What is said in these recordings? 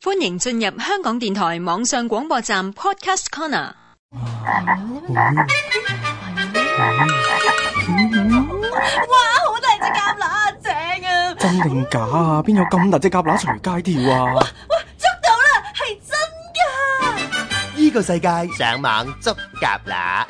歡迎進入香港電台網上廣播站 Podcast Corner。嗯哇，好大隻蛤乸，正啊！真定假啊？邊有咁大隻蛤乸隨街跳啊？捉到啦，係真噶！呢個世界上網捉蛤乸，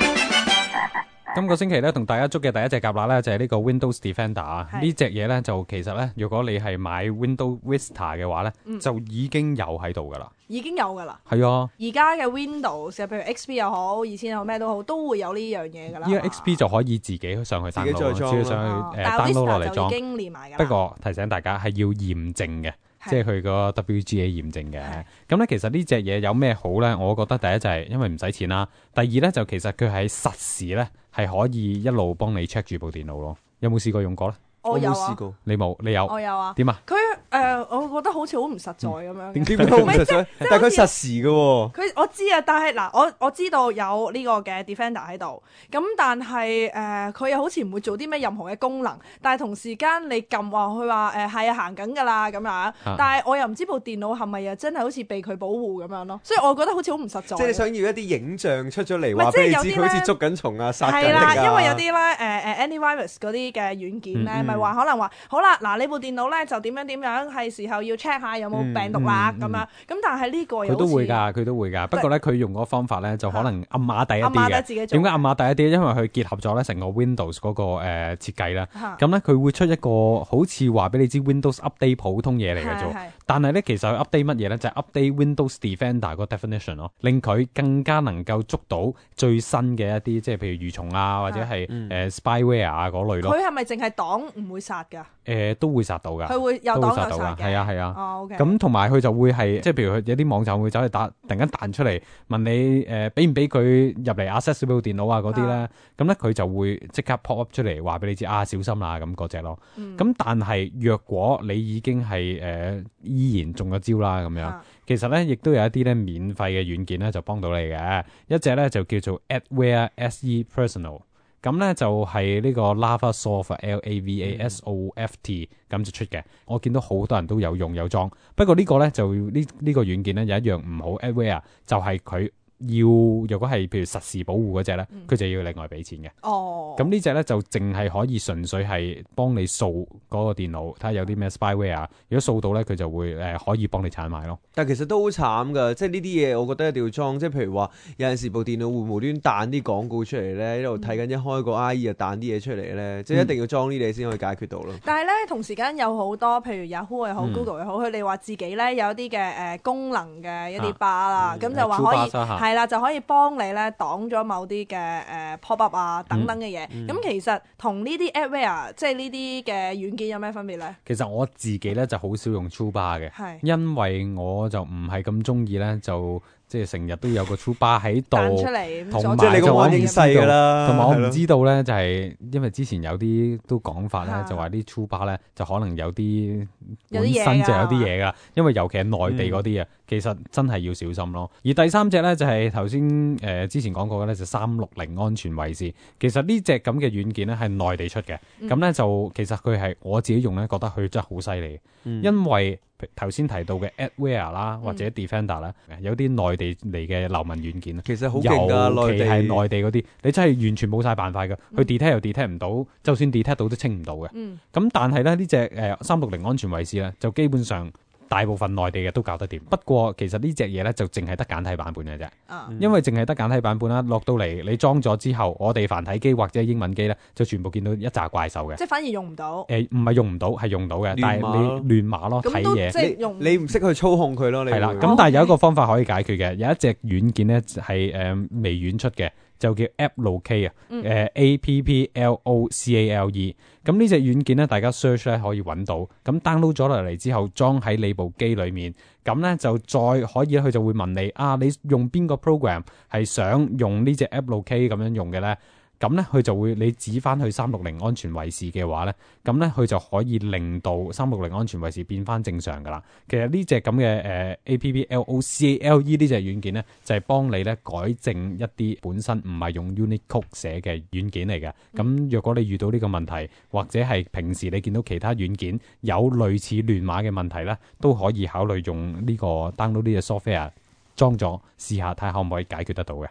今個星期咧，同大家捉嘅第一隻蛤乸咧，就係呢個 Windows Defender 啊。呢隻嘢咧就其實咧，如果你係買 Windows Vista 嘅話咧，嗯就已經有喺度噶啦。已經有噶啦，係啊，而家嘅 Windows，譬如 XP 又好，二千又好，咩都好，都會有呢樣嘢噶啦。啊依家 XP 就可以自己上去 download，自己再裝只要上啊去誒但係呃 download 落 Vista 嚟就已裝。經連埋噶啦。哦不過提醒大家係要驗證嘅，係即係佢個 WGA 驗證嘅係。咁咧，其實呢隻嘢有咩好咧？我覺得第一就係因為唔使錢啦，第二咧就其實佢喺實時咧係可以一路幫你 check 住部電腦咯。有冇試過用過咧？我有冇試啊，過，你冇，你我有有啊。點啊？佢誒，我覺得好似好唔實在咁樣嘅。嗯點解我唔 實水？但係佢好似實時嘅喎，佢我知啊，但係嗱，我我知道有呢個嘅 Defender 喺度，咁但係誒，呃佢、又好似唔會做啲咩任何嘅功能，但係同時間你撳話佢話誒係啊行緊㗎啦咁樣，啊但係我又唔知部電腦係咪又真係好似被佢保護咁樣咯，所以我覺得好似好唔實在。即係你想要一啲影像出咗嚟，唔係話俾你即知係有啲佢好咧似捉緊蟲啊、殺緊係敵啦，啊。因為有啲咧誒誒 antivirus 嗰啲嘅軟件咧，嗯嗯咪話可能話好啦，嗱你部電腦咧就點樣點樣，係時候要 check 下有冇病毒啦咁樣。咁但係呢個又嗯佢都好似會，㗎，佢都會㗎。不過咧，佢用嗰個方法咧，就可能暗啞底一啊暗啞啲底嘅。自己做點解暗啞底一啲？因為佢結合咗咧成個 Windows 嗰個誒設計啦。嚇咁咧，佢會出一個好似話俾你知 Windows update 普通嘢嚟嘅係係啫。但係咧，其實佢 update 乜嘢咧？就係 update Windows Defender 個 definition 咯，令佢更加能夠捉到最新嘅一啲，即係譬如魚蟲啊，或者係嗯誒 spyware 啊嗰類咯。佢係咪淨係擋唔會殺㗎？誒都會殺到㗎，佢會有都會擋殺有到殺㗎。嘅。係啊，係啊。哦，OK。咁同埋佢就會係即係譬如佢有啲網站會走去打，突然間彈出嚟問你誒俾唔俾佢入嚟 access 到部電腦啊嗰啲咧，咁咧佢就會即刻 pop up 出嚟話俾你知啊小心啦咁嗰只咯。咁、嗯但係若果你已經係誒、呃依然中咗招啦咁樣，啊其實咧亦都有一啲咧免費嘅軟件咧就幫到你嘅，一隻咧就叫做 Adware SE Personal。咁咧就係呢個 LavaSoft L A V A S O F T 咁就出嘅，我見到好多人都有用有裝，不過呢個咧就呢呢個軟件咧有一樣唔好 adware 就係佢要如果係譬如實時保護嗰只咧，佢就要另外俾錢嘅。哦，咁呢只咧就淨係可以純粹係幫你掃嗰個電腦，睇下有啲咩 spyware 啊，如果掃到咧佢就會誒、呃可以幫你鏟埋咯。但其實都好慘㗎，即係呢啲嘢我覺得一定要裝，即係譬如話有陣時部電腦會無端彈啲廣告出嚟咧，一路睇緊一開個 IE 就彈啲嘢出嚟咧，嗯即係一定要裝呢啲嘢先可以解決到咯。但係咧，同時間有好多，譬如 Yahoo 又好、Google 嗯又好，佢哋話自己咧有啲嘅誒功能嘅一啊啲巴啦，咁就話可以 toolbars 啊嚇係啦，就可以幫你咧擋咗某啲嘅誒 pop up 啊等等嘅嘢。嗯咁其實同呢啲 adware 即係呢啲嘅軟件有咩分別咧？其實我自己咧就好少用 t r u e Bar 係嘅，因為我就唔係咁中意咧，就即係成日都有個 t r u e Bar 喺彈出度。嚟，同埋即係你就個我安唔知影道細㗎啦，同埋我係咯唔知道咧，就係因為之前有啲都講法咧啊，就話啲 t r u e Bar 咧就可能有啲有啲嘢㗎嗯本身就有啲嘢㗎，因為尤其係內地嗰啲啊，其實真係要小心咯。而第三隻咧就係頭先誒之前講過嘅咧，就三六零安全衞士。其實呢隻咁嘅軟件咧係內地出嘅，嗯咁咧就其實佢係我自己用咧覺得佢真係好犀利。嗯因為頭先提到嘅 Adware 啦，或者 Defender 啦，有啲內地嚟嘅流民軟件咧，其實好勁㗎，尤內其地係內地嗰啲，你真係完全冇晒辦法㗎。佢 detect 又 detect 唔到，就算 detect 到都清唔到嘅。咁、嗯但係咧呢只誒三六零安全衞士咧，就基本上大部分內地嘅都搞得掂。不過其實呢隻嘢咧就淨係得簡體版本嘅啫。啊因為淨係得簡體版本啦，落到嚟你裝咗之後，我哋繁體機或者英文機咧，就全部見到一紮怪獸嘅。即係反而用唔到，誒唔係用唔到，係用到嘅，亂但碼咯係你亂碼咯，睇咁都嘢即係用你你唔識去操控佢咯，你係啦。會咁但係有一個方法可以解決嘅，有一隻軟件咧係誒微軟出嘅，就叫 Applocale 啊，誒 A P P L O C A L E。咁呢隻軟件咧，大家 search 咧可以揾到。咁 download 咗落嚟之後，裝喺你部機裡面，咁咧就再可以咧，佢就會問你啊，你用邊個 program 係想用呢隻 Applocale 咁樣用嘅咧？咁咧佢就會你指翻去三六零安全衛士嘅話咧，咁咧佢就可以令到三六零安全衛士變翻正常噶啦。其實呢只咁嘅誒 A P P L O C A L E 呢只軟件咧，就係、幫你咧改正一啲本身唔係用 Unicode 寫嘅軟件嚟嘅。咁若果你遇到呢個問題，或者係平時你見到其他軟件有類似亂碼嘅問題咧，都可以考慮用呢、個 download 呢只 software 裝咗試下，睇下可唔可以解決得到嘅。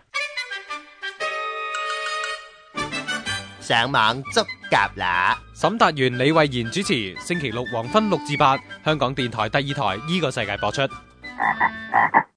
上網捉蛤乸。沈達元、李慧賢主持，星期六黃昏六至八，香港電台第二台依個世界播出。